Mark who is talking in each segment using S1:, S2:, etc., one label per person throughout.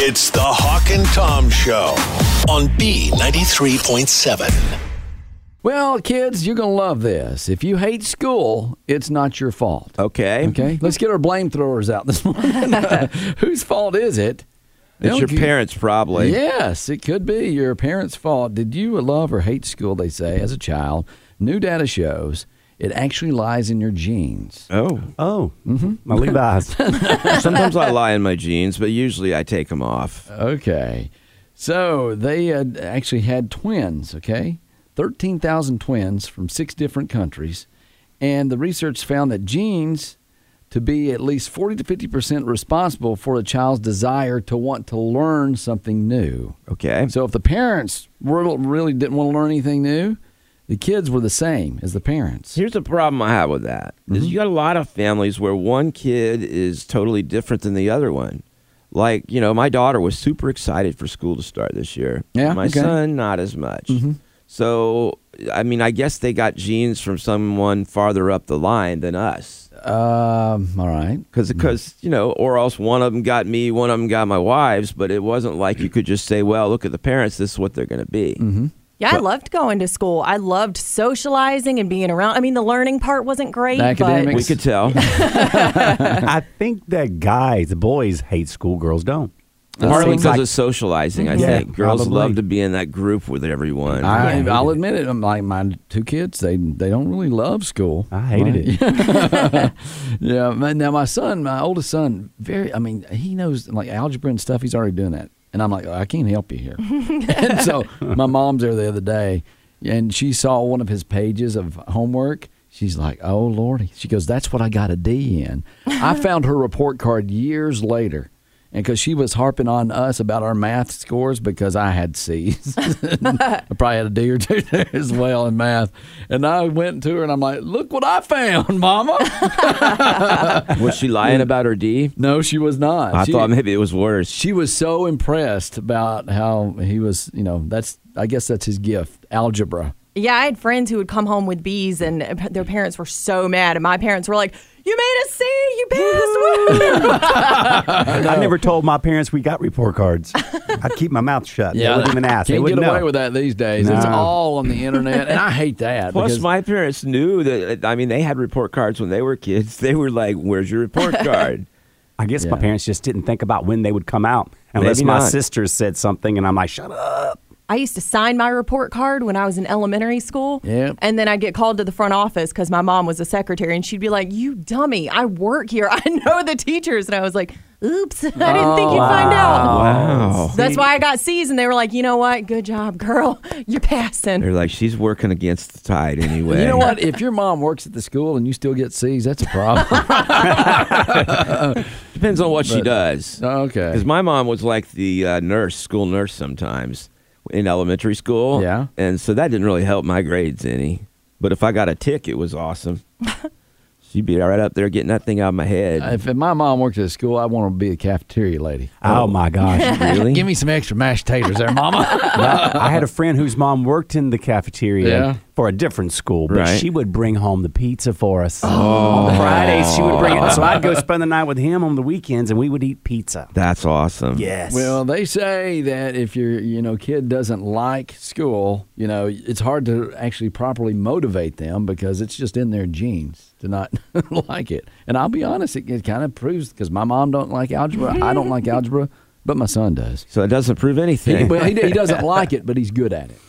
S1: It's the Hawk and Tom Show on B93.7.
S2: Well, kids, you're going to love this. If you hate school, it's not your fault.
S3: Okay.
S2: Okay? Let's get our blame throwers out this morning. Whose fault is it?
S3: It's your
S2: parents.
S3: parents, probably.
S2: Yes, it could be your parents' fault. Did you love or hate school, they say, as a child? New data shows it actually lies in your genes.
S3: Oh.
S4: Oh, my Levi's.
S3: Sometimes I lie in my jeans, but usually I take them off.
S2: Okay. So they had actually had twins, okay? 13,000 twins from six different countries. And the research found that genes to be at least 40 to 50% responsible for a child's desire to want to learn something new.
S3: Okay.
S2: So if the parents were, really didn't want to learn anything new, the kids were the same as the parents.
S3: Here's the problem I have with that: is you got a lot of families where one kid is totally different than the other one. Like, you know, my daughter was super excited for school to start this year.
S2: Yeah,
S3: My
S2: okay.
S3: son, not as much. So, I mean, I guess they got genes from someone farther up the line than us.
S2: Um, all right.
S3: Because, you know, or else one of them got me, one of them got my wives, but it wasn't like you could just say, well, look at the parents, this is what they're going to be.
S2: Mm-hmm.
S5: Yeah, I loved going to school. I loved socializing and being around. I mean, the learning part wasn't great,
S2: The
S5: but
S2: academics.
S3: We could tell.
S4: I think that guys, boys hate school, girls don't.
S3: Partly
S4: seems
S3: because
S4: like-
S3: of socializing, I
S4: Yeah,
S3: think. Girls
S4: probably.
S3: love to be in that group with everyone.
S2: I, I'll admit it. I'm Like my two kids, they they don't really love school.
S4: I hated it.
S2: Yeah. man, Now my son, my oldest son, very. I mean, he knows like algebra and stuff. He's already doing that, and I'm like, "Oh, I can't help you here. and so my mom's there the other day, and she saw one of his pages of homework. She's like, Oh Lordy. She goes, That's what I got a D in. I found her report card years later. And because she was harping on us about our math scores because I had C's. I probably had a D or two there as well in math. And I went to her and I'm like, look what I found, mama.
S3: Was she lying about her D?
S2: No, she was not.
S3: I
S2: she,
S3: thought maybe it was worse.
S2: she was so impressed about how he was. You know, that's I guess that's his gift, algebra.
S5: yeah, I had friends who would come home with B's and their parents were so mad. And my parents were like, You made a C, you passed. Woo!"
S4: I never told my parents we got report cards. I keep my mouth shut. they wouldn't even ask. they
S2: Can't get
S4: wouldn't
S2: away
S4: know.
S2: with that these days. It's
S4: No.
S2: all on the internet, and I hate that.
S3: Plus,
S2: because-
S3: my parents knew that. I mean, they had report cards when they were kids. They were like, "Where's your report card?"
S4: I guess my
S2: Yeah.
S4: parents just didn't think about when they would come out, unless
S3: Maybe
S4: my
S3: not.
S4: sister said something, and I'm like, "Shut up."
S5: I used to sign my report card when I was in elementary school.
S2: Yep.
S5: And then I'd get called to the front office because my mom was a secretary and she'd be like, You dummy, I work here. I know the teachers. And I was like, Oops, I didn't think you'd find out.
S3: Oh,
S2: Oh.
S3: wow.
S5: That's why I got C's, and they were like, you know what? Good job, girl. You're passing.
S3: They're like, "She's working against the tide anyway."
S2: you know what? If your mom works at the school and you still get C's, that's a problem.
S3: Depends on what she does.
S2: okay.
S3: Because my mom was like the uh, nurse, school nurse sometimes in elementary school.
S2: Yeah.
S3: And so that didn't really help my grades any. But if I got a tick, it was awesome. She'd be right up there getting that thing out of my head.
S2: If my mom worked at a school, I want to be a cafeteria lady.
S4: Oh, my gosh.
S3: really?
S2: Give me some extra mashed taters there, mama.
S4: Well, I had a friend whose mom worked in the cafeteria
S2: Yeah.
S4: for a different school, but
S3: Right.
S4: she would bring home the pizza for us.
S2: Oh.
S4: On Fridays, she would bring it. So I'd go spend the night with him on the weekends, and we would eat pizza.
S3: That's awesome.
S4: Yes.
S2: Well, they say that if your you know kid doesn't like school, you know it's hard to actually properly motivate them because it's just in their genes to not like it. And I'll be honest, it, it kind of proves because my mom don't like algebra, I don't like algebra, but my son does.
S3: So it doesn't prove
S2: He,
S3: anything.
S2: well, he, he doesn't like it, but he's good at it.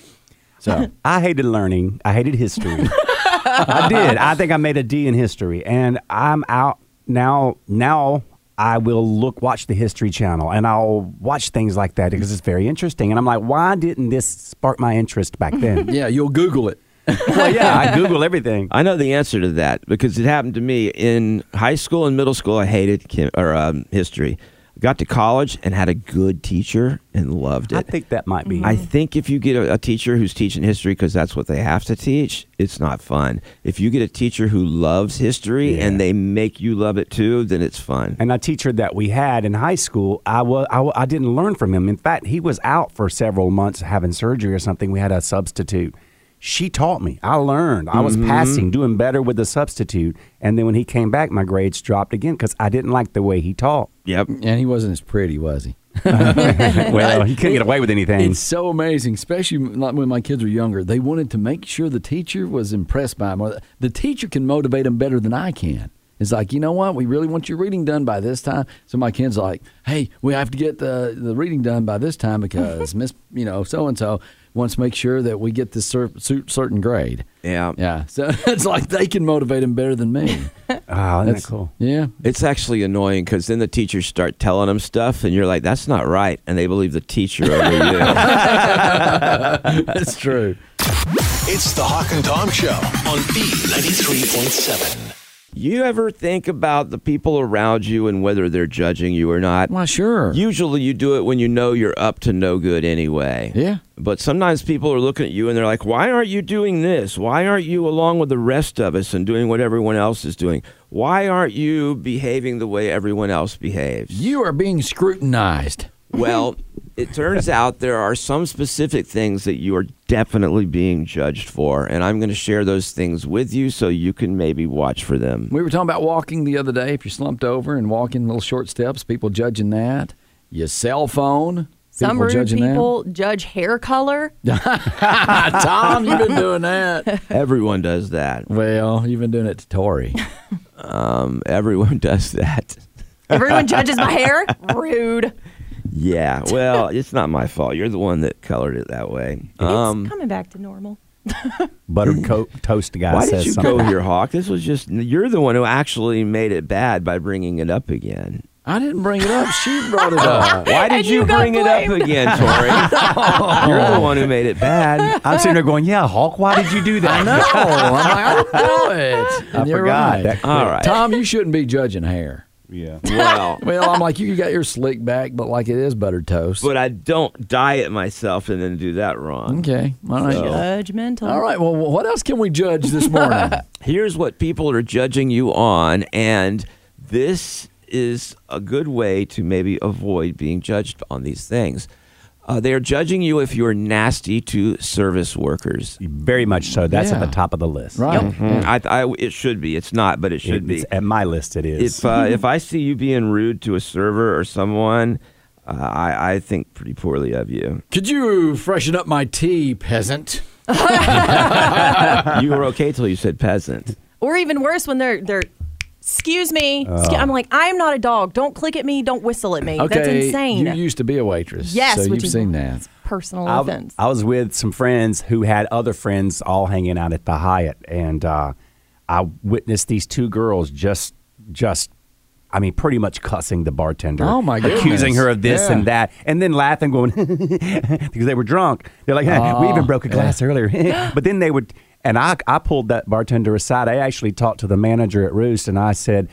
S2: So
S4: I hated learning. I hated history. I did. I think I made a D in history, and I'm out now. Now I will look, watch the History Channel, and I'll watch things like that because it's very interesting. And I'm like, why didn't this spark my interest back then?
S2: yeah, you'll Google it.
S4: well, yeah, I Google everything.
S3: I know the answer to that because it happened to me in high school and middle school. I hated chem- or um, history. Got to college and had a good teacher and loved it.
S4: I think that might be.
S3: I think if you get a, a teacher who's teaching history because that's what they have to teach, it's not fun. If you get a teacher who loves history and they make you love it too, then it's fun.
S4: and a teacher that we had in high school, I was I, wa- I didn't learn from him. In fact, he was out for several months having surgery or something. We had a substitute. She taught me. I learned. I was passing, doing better with the substitute. And then when he came back, my grades dropped again because I didn't like the way he taught.
S3: Yep.
S2: And he wasn't as pretty, was he?
S4: well, you couldn't get away with anything.
S2: It's so amazing, especially like when my kids were younger. They wanted to make sure the teacher was impressed by them. Or the teacher can motivate them better than I can. It's like, you know what? We really want your reading done by this time. So my kid's like, hey, we have to get the, the reading done by this time because Miss, you know, so and so wants to make sure that we get this cer- cer- certain grade.
S3: Yeah.
S2: Yeah. So it's like they can motivate them better than me.
S4: oh, Um, isn't that cool?
S2: Yeah.
S3: It's actually annoying because then the teachers start telling them stuff, and you're like, "That's not right," and they believe the teacher over you.
S2: That's true.
S1: It's the Hawk and Tom Show on B93.7.
S3: You ever think about the people around you and whether they're judging you or not?
S2: Why, sure.
S3: Usually, you do it when you know you're up to no good anyway.
S2: Yeah.
S3: But sometimes people are looking at you and they're like, "Why aren't you doing this? Why aren't you along with the rest of us and doing what everyone else is doing? Why aren't you behaving the way everyone else behaves?"
S2: you are being scrutinized.
S3: Well, it turns out there are some specific things that you are definitely being judged for, and I'm going to share those things with you so you can maybe watch for them.
S2: We were talking about walking the other day. If you're slumped over and walking little short steps, people judging that. Your cell phone.
S5: Some
S2: people
S5: rude
S2: judging
S5: people judge hair color.
S2: That. Tom, you've been doing that.
S3: Everyone does that.
S2: Well, you've been doing it to Tori.
S3: Um, everyone does that.
S5: Everyone judges my hair. Rude.
S3: Yeah. Well, it's not my fault. You're the one that colored it that way. Um,
S5: it's coming back to normal.
S4: Buttered co- toast guy
S3: why
S4: says
S3: did you
S4: something.
S3: go here, Hawk? This was just you're the one who actually made it bad by bringing it up again.
S2: I didn't bring it up. She brought it up.
S3: Why did
S5: And
S3: you,
S5: you got
S3: bring it up
S5: blamed.
S3: again, Tori? you're the one who made it bad.
S4: I'm sitting there going, "Yeah, Hawk, why did you do that?"
S2: No, I'm like, I didn't do it. And
S4: I
S2: you're
S4: forgot.
S2: right.
S4: That-
S3: All right. Uh,
S2: Tom, you shouldn't be judging hair.
S4: Yeah.
S3: Well,
S2: Well, I'm like, you got your slick back, but like it is buttered toast.
S3: but I don't diet myself and then do that wrong.
S2: okay. All right.
S3: So-
S5: Judgmental.
S2: All right. Well, what else can we judge this morning?
S3: Here's what people are judging you on, and this is a good way to maybe avoid being judged on these things. Uh, they are judging you if you're nasty to service workers.
S4: Very much so. That's at
S2: Yeah.
S4: the top of the list.
S2: right.
S3: I, I, it should be. It's not, but it should
S4: It's
S3: be.
S4: at my list. It is.
S3: If uh, if I see you being rude to a server or someone, uh, I, I think pretty poorly of you.
S2: Could you freshen up my tea, peasant?
S3: You were okay till you said peasant.
S5: Or even worse, when they're they're. Excuse me.
S2: Oh.
S5: Excu- I'm like, I'm not a dog. Don't click at me. Don't whistle at me.
S2: Okay,
S5: That's insane.
S2: You used to be a waitress.
S5: yes,
S2: so
S5: which
S2: you've
S5: is
S2: seen that.
S5: personal
S4: I,
S5: offense.
S4: I was with some friends who had other friends all hanging out at the Hyatt, and uh, I witnessed these two girls just, just, I mean, pretty much cussing the bartender.
S2: Oh, my
S4: Accusing
S2: goodness.
S4: her of this
S2: Yeah.
S4: and that, and then laughing, going because they were drunk. They're like, "Huh, we
S2: Oh,
S4: even broke a glass earlier, but then they would. And I, I pulled that bartender aside. I actually talked to the manager at Roost, and I said,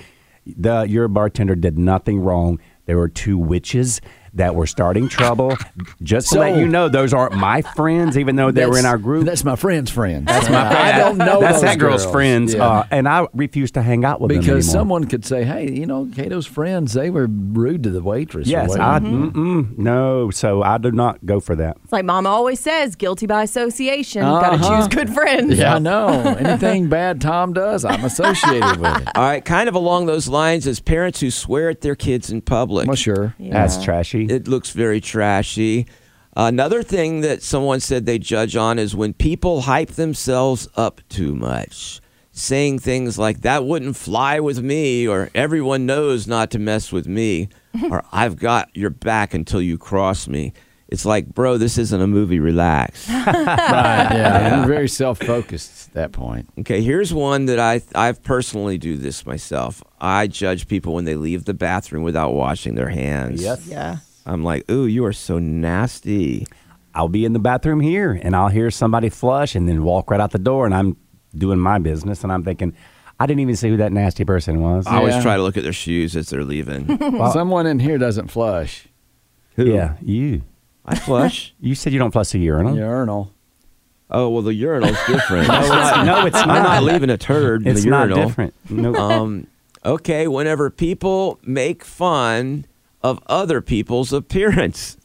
S4: the, "Your bartender did nothing wrong. There were two witches." That were starting trouble. Just to let
S2: So-
S4: you know, those aren't my friends, even though they were in
S2: That's-
S4: our group.
S2: That's my friend's friend. That's
S4: my friend.
S2: I don't know.
S4: That's
S2: those
S4: that girl's
S2: girls.
S4: friends,
S2: Yeah.
S4: uh, and I refuse to hang out with them anymore.
S2: because someone could say, "Hey, you know, Cato's friends. They were rude to the waitress." or
S4: yes,
S2: whatever.
S4: I
S5: Mm-hmm.
S4: mm-mm, no, so I do not go for that.
S5: it's like Mama always says, guilty by association. Got to
S2: Uh-huh.
S5: choose good friends.
S2: yeah, I know. Anything bad Tom does, I'm associated with it.
S3: All right, kind of along those lines is parents who swear at their kids in public.
S2: Well, sure.
S4: That's trashy.
S3: It looks very trashy. Another thing that someone said they judge on is when people hype themselves up too much, saying things like, that wouldn't fly with me, or everyone knows not to mess with me, or I've got your back until you cross me. It's like, bro, this isn't a movie. Relax.
S2: Right. Yeah. You're very self-focused at that point.
S3: Okay, here's one that I I've personally do this myself. I judge people when they leave the bathroom without washing their hands.
S4: Yes.
S5: Yeah.
S3: I'm like, "Ooh, you are so nasty."
S4: I'll be in the bathroom here and I'll hear somebody flush and then walk right out the door and I'm doing my business and I'm thinking, I didn't even see who that nasty person was.
S3: I always
S2: Yeah.
S3: try to look at their shoes as they're leaving.
S2: Someone in here doesn't flush
S3: Who?
S4: Yeah, you.
S3: I flush.
S4: You said you don't flush the urinal.
S2: the urinal.
S3: oh, well the urinal's different.
S4: No, it's, no, it's
S3: I'm not
S4: not.
S3: leaving a turd in
S4: It's
S3: the
S4: not
S3: urinal.
S4: different. Oh, No.
S3: Um okay, whenever people make fun of other people's appearance.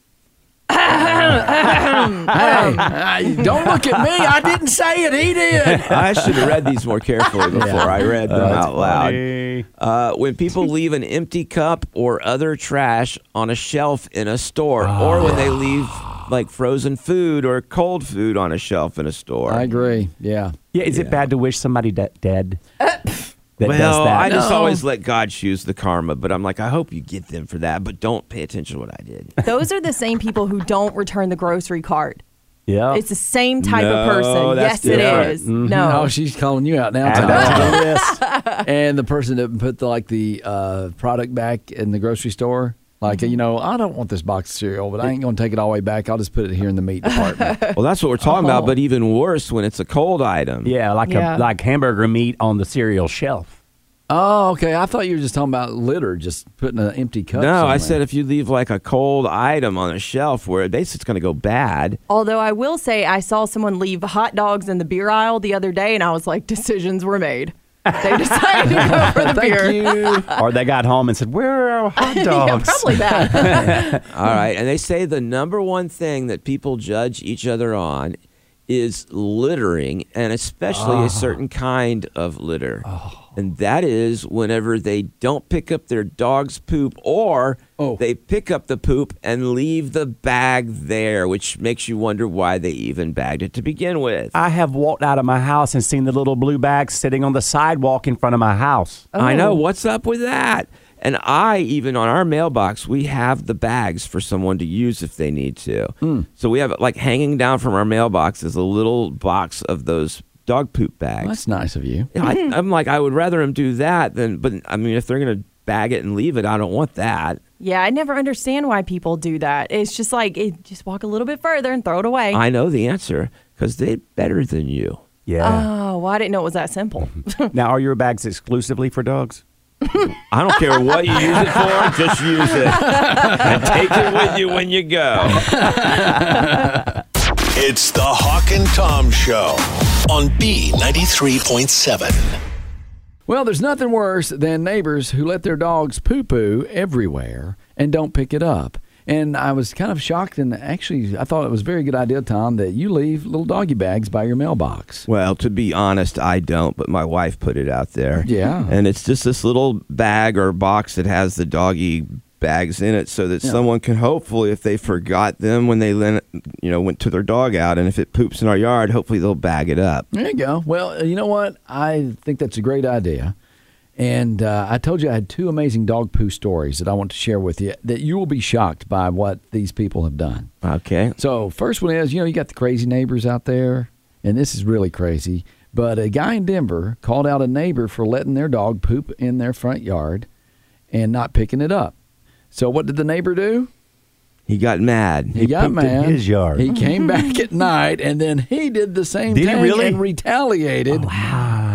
S2: Hey, I- don't look at me. I didn't say it. He did.
S3: I should have read these more carefully before I read them out loud.
S4: Hey.
S3: Uh, when people leave an empty cup or other trash on a shelf in a store, or when they
S4: Ah.
S3: leave like frozen food or cold food on a shelf in a store.
S2: I agree. Yeah.
S4: Yeah, is it bad to wish somebody de- dead? that
S3: well, I just
S2: No.
S3: always let God choose the karma, but I'm like, I hope you get them for that, but don't pay attention to what I did.
S5: Those are the same people who don't return the grocery cart.
S4: yeah.
S5: It's the same type
S3: No,
S5: of person.
S3: that's
S5: Yes,
S3: different.
S5: it is. No.
S2: Oh, she's calling you out now.
S4: Add that
S2: Tom.
S4: to the list.
S2: and the person that put the like the uh, product back in the grocery store. Like you know, I don't want this box of cereal, but I ain't gonna take it all the way back. I'll just put it here in the meat department.
S3: Well, that's what we're talking
S2: Oh.
S3: about, but even worse when it's a cold item.
S4: Yeah, like
S5: Yeah.
S4: a like hamburger meat on the cereal shelf.
S2: oh, okay. I thought you were just talking about litter, just putting an empty cup.
S3: No, I
S2: somewhere.
S3: said if you leave like a cold item on a shelf where it basically it's going to go bad.
S5: Although I will say, I saw someone leave hot dogs in the beer aisle the other day, and I was like, decisions were made. They decided to go for the beer.
S4: or they got home and said, "Where are our hot
S5: Yeah,
S4: dogs?"
S5: probably that.
S3: All right. And they say the number one thing that people judge each other on is littering, and especially a certain kind of litter. And that is whenever they don't pick up their dog's poop or
S2: Oh.
S3: they pick up the poop and leave the bag there, which makes you wonder why they even bagged it to begin with.
S4: I have walked out of my house and seen the little blue bag sitting on the sidewalk in front of my house.
S2: Oh.
S3: I know. What's up with that? And I, even on our mailbox, we have the bags for someone to use if they need to. So we have, like, hanging down from our mailbox is a little box of those dog poop
S2: Well,
S3: bags.
S2: that's nice of you.
S3: I, I'm like, I would rather him do that than, but I mean, if they're going to bag it and leave it, I don't want that.
S5: yeah, I never understand why people do that. It's just like, it, just walk a little bit further and throw it away.
S3: I know the answer because they're better than you.
S4: Yeah.
S5: oh, well, I didn't know it was that simple.
S2: Oh.
S4: now, are your bags exclusively for dogs?
S3: I don't care what you use it for, just use it. And take it with you when you go.
S1: It's the Hawk and Tom Show on B93.7.
S2: Well, there's nothing worse than neighbors who let their dogs poo poo everywhere and don't pick it up. And I was kind of shocked, and actually, I thought it was a very good idea, Tom, that you leave little doggy bags by your mailbox.
S3: Well, to be honest, I don't, but my wife put it out there.
S2: Yeah.
S3: And it's just this little bag or box that has the doggy bags in it so that
S2: Yeah.
S3: someone can hopefully if they forgot them when they len- you know went to their dog out and if it poops in our yard, hopefully they'll bag it up.
S2: There you go. Well, uh, you know what? I think that's a great idea. And uh, I told you I had two amazing dog poo stories that I want to share with you that you will be shocked by what these people have done.
S3: Okay.
S2: So first one is, you know, you got the crazy neighbors out there, and this is really crazy. But a guy in Denver called out a neighbor for letting their dog poop in their front yard and not picking it up. So what did the neighbor do?
S3: He got mad.
S2: He,
S3: He-
S2: got
S4: pooped in
S2: mad.
S4: his yard.
S2: He came back at night, and then he did the same
S4: Did he
S2: thing
S4: really? Oh,
S2: and retaliated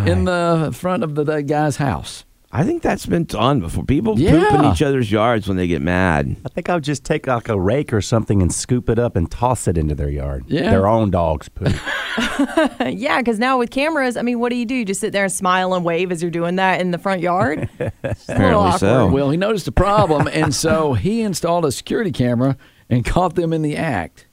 S2: in the front of the, that guy's house.
S3: I think that's been done before. People poop in
S2: Yeah.
S3: each other's yards when they get mad.
S4: I think I'll just take like a rake or something and scoop it up and toss it into their yard.
S2: Yeah.
S4: Their own dog's poop.
S5: yeah, because now with cameras, I mean, what do you do? You just sit there and smile and wave as you're doing that in the front yard? It's a little
S3: Apparently so.
S4: Oh.
S5: awkward.
S2: Well, he noticed a problem, and so he installed a security camera and caught them in the act.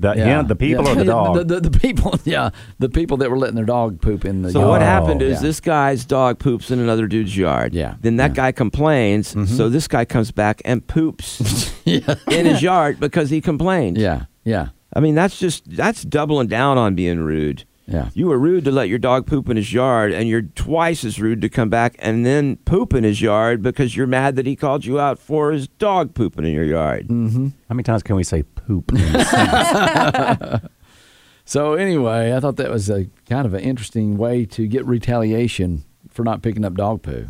S4: the, yeah. the people
S2: yeah.
S4: or the dog?
S2: The, the, the people, yeah, the people that were letting their dog poop in the.
S3: So
S2: yard.
S3: what happened is
S2: Oh, yeah.
S3: this guy's dog poops in another dude's yard.
S2: Yeah,
S3: Then that
S2: yeah. Mm-hmm.
S3: guy complains. So this guy comes back and poops in his yard because he complained.
S2: Yeah, yeah,
S3: I mean that's just that's doubling down on being rude.
S2: yeah.
S3: You were rude to let your dog poop in his yard, and you're twice as rude to come back and then poop in his yard because you're mad that he called you out for his dog pooping in your yard.
S2: Mm.
S4: How many times can we say poop? in a sentence?
S2: So anyway, I thought that was a kind of an interesting way to get retaliation for not picking up dog poo.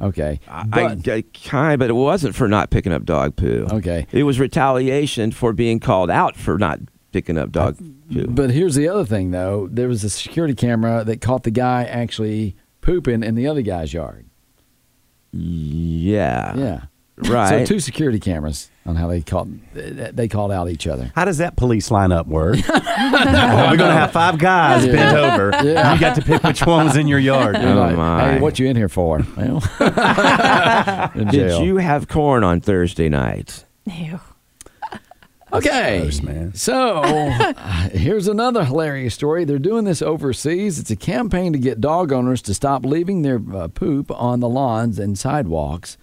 S2: Okay,
S3: I,
S2: but-
S3: I, I kind, but it wasn't for not picking up dog poo.
S2: Okay.
S3: it was retaliation for being called out for not picking up dog poo.
S2: But here's the other thing, though. There was a security camera that caught the guy actually pooping in the other guy's yard.
S3: yeah,
S2: Yeah.
S3: Ah. right.
S2: So two security cameras on how they caught they called out each other.
S4: How does that police lineup work? well, we're gonna have five guys
S2: Yeah.
S4: bent over.
S2: Yeah.
S4: You got to pick which one was in your yard.
S2: They're
S3: Oh,
S2: like,
S3: my.
S2: Hey, what you in here for? Well, in
S3: Did
S2: jail.
S3: you have corn on Thursday night?
S5: Ew.
S2: Okay.
S4: gross, man.
S2: So uh, here's another hilarious story. They're doing this overseas. It's a campaign to get dog owners to stop leaving their uh, poop on the lawns and sidewalks.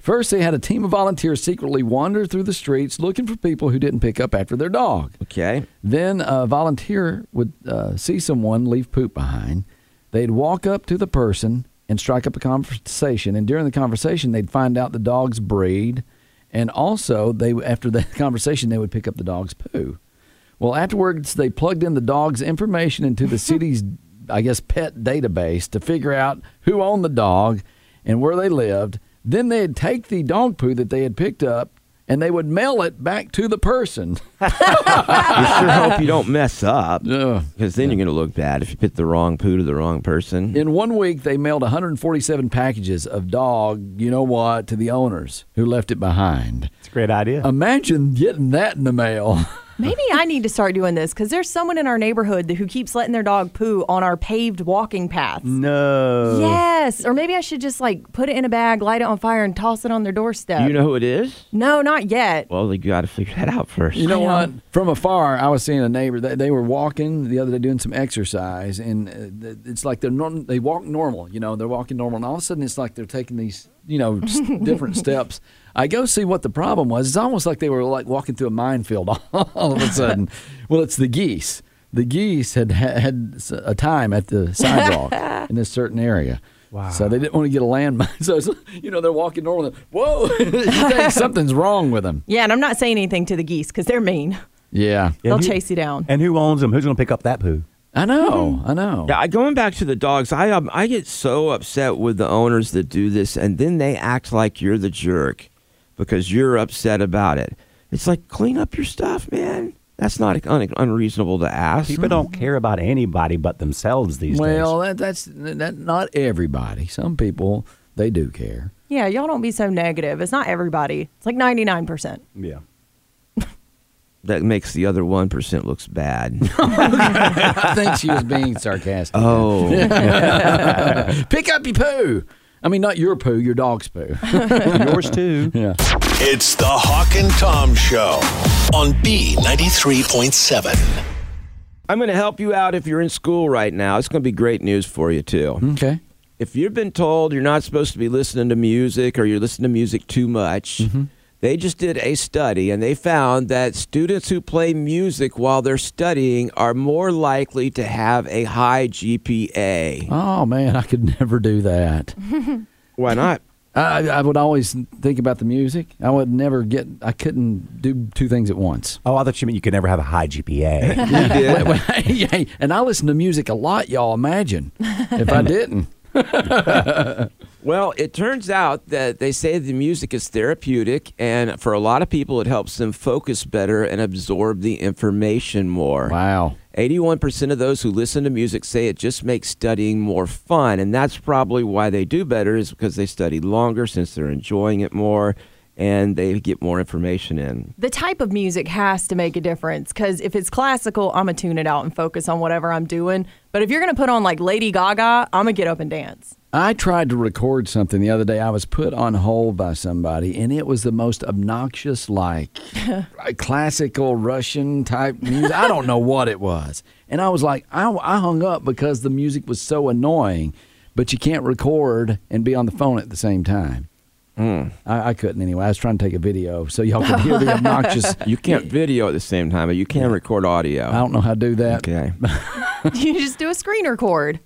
S2: First, they had a team of volunteers secretly wander through the streets looking for people who didn't pick up after their dog.
S3: Okay.
S2: Then a volunteer would uh, see someone leave poop behind. They'd walk up to the person and strike up a conversation. And during the conversation, they'd find out the dog's breed. And also, they after that conversation, they would pick up the dog's poo. Well, afterwards, they plugged in the dog's information into the city's, I guess, pet database to figure out who owned the dog and where they lived. Then they'd take the dog poo that they had picked up and they would mail it back to the person.
S3: You sure hope you don't mess up.
S2: Ugh.
S3: Because then you're going to look bad if you put the wrong poo to the wrong person.
S2: In one week, they mailed 147 packages of dog, you know what, to the owners who left it behind.
S4: It's a great idea.
S2: Um, Imagine getting that in the mail.
S5: Maybe I need to start doing this because there's someone in our neighborhood that- who keeps letting their dog poo on our paved walking path.
S4: no.
S5: Yes, or maybe I should just like put it in a bag, light it on fire, and toss it on their doorstep.
S3: You know who it is?
S5: no, not yet.
S3: Well, you got to figure that out first.
S2: You know
S5: I
S2: what?
S5: know.
S2: From afar, I was seeing a neighbor. They, they were walking the other day doing some exercise, and uh, th- it's like they're norm- they walk normal. You know, they're walking normal, and all of a sudden, it's like they're taking these you know s- different steps. I go see what the problem was. It's almost like they were like walking through a minefield all of a sudden. well, it's the geese. The geese had had, had s- a time at the sidewalk in this certain area.
S4: Wow.
S2: So they didn't want to get a landmine. So, it's, you know, they're walking normal. and, Whoa, you think something's wrong with them.
S5: Yeah, and I'm not saying anything to the geese because they're mean.
S2: Yeah.
S4: And
S5: They'll
S4: who-
S5: chase you down.
S4: And who owns them? Who's going to pick up that poo?
S2: I know. I know.
S3: Yeah, I- going back to the dogs, I um, I get so upset with the owners that do this, and then they act like you're the jerk because you're upset about it. It's like clean up your stuff, man. That's not un- unreasonable to ask.
S4: People don't care about anybody but themselves these
S2: Well,
S4: days.
S2: that, that's that, not everybody. Some people they do care.
S5: Yeah, y'all don't be so negative. It's not everybody. It's like 99%.
S4: Yeah.
S3: That makes the other one percent looks bad.
S2: I think she was being sarcastic.
S3: oh,
S2: pick up your poo. I mean, not your poo, your dog's poo.
S4: Yours too.
S2: yeah.
S1: It's the Hawk and Tom Show on B93.7.
S3: I'm going to help you out if you're in school right now. It's going to be great news for you too.
S2: Okay.
S3: if you've been told you're not supposed to be listening to music or you're listening to music too much, they just did a study and they found that students who play music while they're studying are more likely to have a high GPA.
S2: Oh man, I could never do that.
S3: Why not?
S2: I, I would always think about the music. I would never get. I couldn't do two things at once.
S4: Oh, I thought you meant you could never have a high GPA.
S3: You did.
S2: and I listen to music a lot, y'all. Imagine if I didn't.
S3: Well, it turns out that they say the music is therapeutic, and for a lot of people, it helps them focus better and absorb the information more.
S2: Wow.
S3: 81% of those who listen to music say it just makes studying more fun. And that's probably why they do better, is because they study longer since they're enjoying it more and they get more information in.
S5: The type of music has to make a difference because if it's classical, I'm going to tune it out and focus on whatever I'm doing. But if you're going to put on like Lady Gaga, I'm going to get up and dance.
S2: I tried to record something the other day. I was put on hold by somebody, and it was the most obnoxious, like classical Russian type music. I don't know what it was. And I was like, I, I hung up because the music was so annoying, but you can't record and be on the phone at the same time.
S3: Hmm.
S2: I, I couldn't anyway. I was trying to take a video so y'all could hear the obnoxious.
S3: You can't video at the same time, but you can record audio.
S2: I don't know how to do that.
S3: Okay.
S5: you just do a screen record.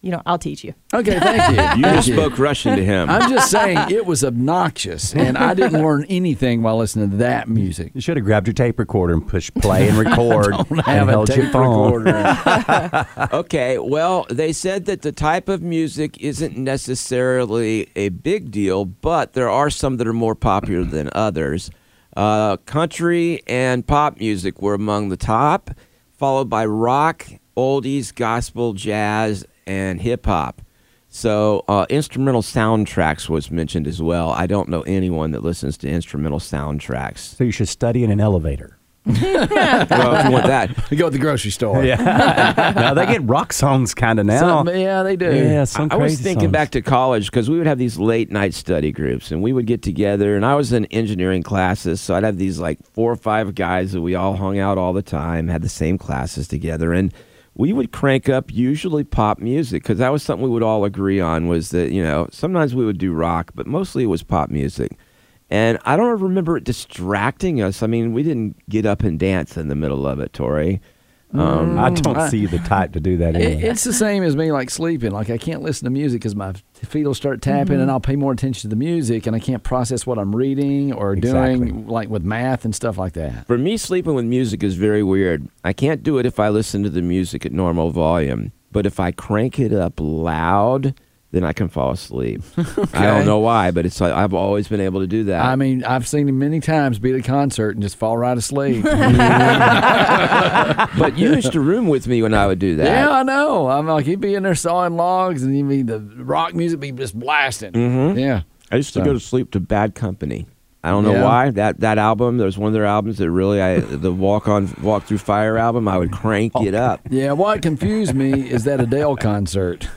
S5: You know, I'll teach you.
S2: Okay, thank you.
S3: You
S2: Thank
S3: just spoke Russian to him.
S2: I'm just saying it was obnoxious, and I didn't learn anything while listening to that music.
S4: you should have grabbed your tape recorder and pushed play and record and
S2: have a
S4: held your
S2: tape
S4: phone.
S2: recorder.
S3: okay, well, they said that the type of music isn't necessarily a big deal, but there are some that are more popular than others. Uh, country and pop music were among the top, followed by rock, oldies, gospel, jazz, and hip hop. So, uh, instrumental soundtracks was mentioned as well. I don't know anyone that listens to instrumental soundtracks.
S4: So you should study in an elevator.
S3: well, if you want that.
S2: We go to the grocery store.
S4: Yeah. no, they get rock songs kind of now.
S2: Some- yeah, they do.
S4: yeah,
S3: I
S4: some
S3: I was
S4: crazy
S3: thinking
S4: songs.
S3: back to college because we would have these late night study groups and we would get together. And I was in engineering classes, so I'd have these like four or five guys that we all hung out all the time, had the same classes together. And we would crank up usually pop music because that was something we would all agree on was that, you know, sometimes we would do rock, but mostly it was pop music. And I don't remember it distracting us. I mean, we didn't get up and dance in the middle of it, Tori. Um,
S4: I don't see the type to do that
S2: Mm. It,
S4: anyway.
S2: it's the same as me, like sleeping. Like I can't listen to music because my feet will start tapping, and I'll pay more attention to the music, and I can't process what I'm reading or
S4: Exactly.
S2: doing, like with math and stuff like that.
S3: For me, sleeping with music is very weird. I can't do it if I listen to the music at normal volume, but if I crank it up loud, then I can fall asleep. I don't know why, but it's I've always been able to do that.
S2: I mean, I've seen him many times be at a concert and just fall right asleep.
S3: but you used to room with me when I would do that.
S2: yeah, I know. I'm like he'd be in there sawing logs, and he'd be the rock music be just blasting. Mm-hmm. Yeah,
S3: I used to
S2: So-
S3: go to sleep to Bad Company. I don't know
S2: Yeah.
S3: why that that album. There was one of their albums that really I the Walk on Walk Through Fire album. I would crank it up.
S2: yeah. What confused me is that Adele concert.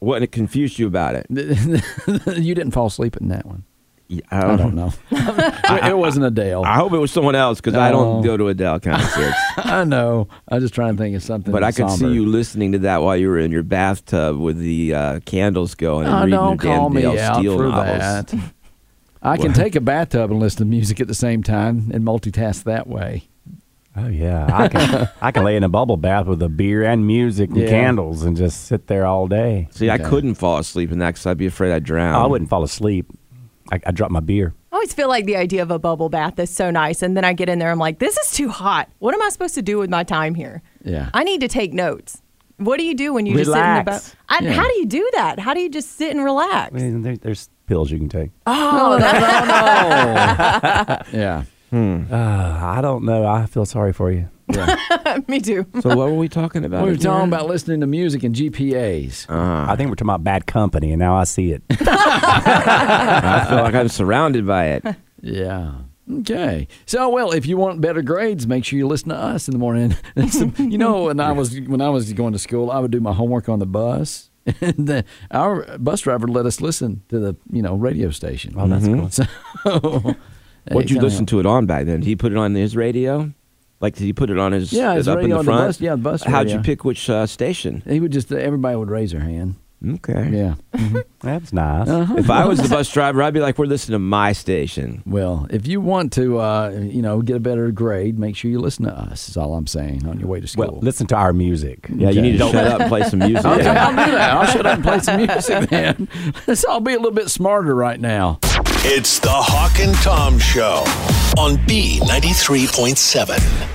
S3: What it confused you about it?
S2: you didn't fall asleep in that one. I
S3: I
S2: don't know. it wasn't Adele.
S3: I hope it was someone else because I don't
S2: No.
S3: go to Adele concerts.
S2: I know. I was just trying to think of something.
S3: But I could
S2: somber.
S3: see you listening to that while you were in your bathtub with the uh, candles going and
S2: Oh,
S3: reading
S2: don't
S3: your
S2: call
S3: Dan
S2: me
S3: Dale
S2: out
S3: Steele
S2: for
S3: novels.
S2: that. I can take a bathtub and listen to music at the same time and multitask that way.
S4: Oh yeah, I can I can lay in a bubble bath with a beer and music and
S2: Yeah.
S4: candles and just sit there all day.
S3: See, I
S2: Okay.
S3: couldn't fall asleep in that because I'd be afraid I'd drown.
S2: Mm.
S4: I wouldn't fall asleep. I, I drop my beer.
S5: I always feel like the idea of a bubble bath is so nice. And then I get in there, I'm like, this is too hot. What am I supposed to do with my time here?
S2: Yeah.
S5: I need to take notes. What do you do when you just sit
S4: Relax.
S5: in the
S2: Yeah.
S5: bubble? How do you do that? How do you just sit and relax?
S4: I mean, there, there's pills you can take. Uh,
S5: Oh, that's
S2: Yeah.
S4: Uh, I don't know. I feel sorry for you.
S5: me too.
S3: So what were we talking about?
S2: We were talking about listening to music and GPAs.
S4: I think we're talking about bad company, and now I see it.
S3: I feel like I'm surrounded by it.
S2: Yeah. Okay. So, well, if you want better grades, make sure you listen to us in the morning. Some- you know, when I was when I was going to school, I would do my homework on the bus, and the, our bus driver let us listen to the you know radio station. Oh, that's cool. So,
S3: Mm-hmm. What'd you listen to it on back then? Did he put it on his radio? Like did he put it on his?
S2: Yeah,
S3: it
S2: his
S3: up in
S2: radio
S3: the
S2: on the
S3: front.
S2: bus- yeah, the bus
S3: How'd you
S2: radio.
S3: pick which uh, station?
S2: He would just everybody would raise their hand.
S3: Okay.
S2: Yeah.
S4: That's nice.
S3: If I was the bus driver, I'd be like, "We're listening to my station."
S2: Well, if you want to, uh, you know, get a better grade, make sure you listen to us. Is all I'm saying on your way to school.
S4: Well, listen to our music.
S3: Yeah,
S2: Okay.
S3: you need to shut up and play some music.
S2: Okay, I'll do that. I'll shut up and play some music, man. Let's all be a little bit smarter right now.
S1: It's the Hawk and Tom Show on B93.7.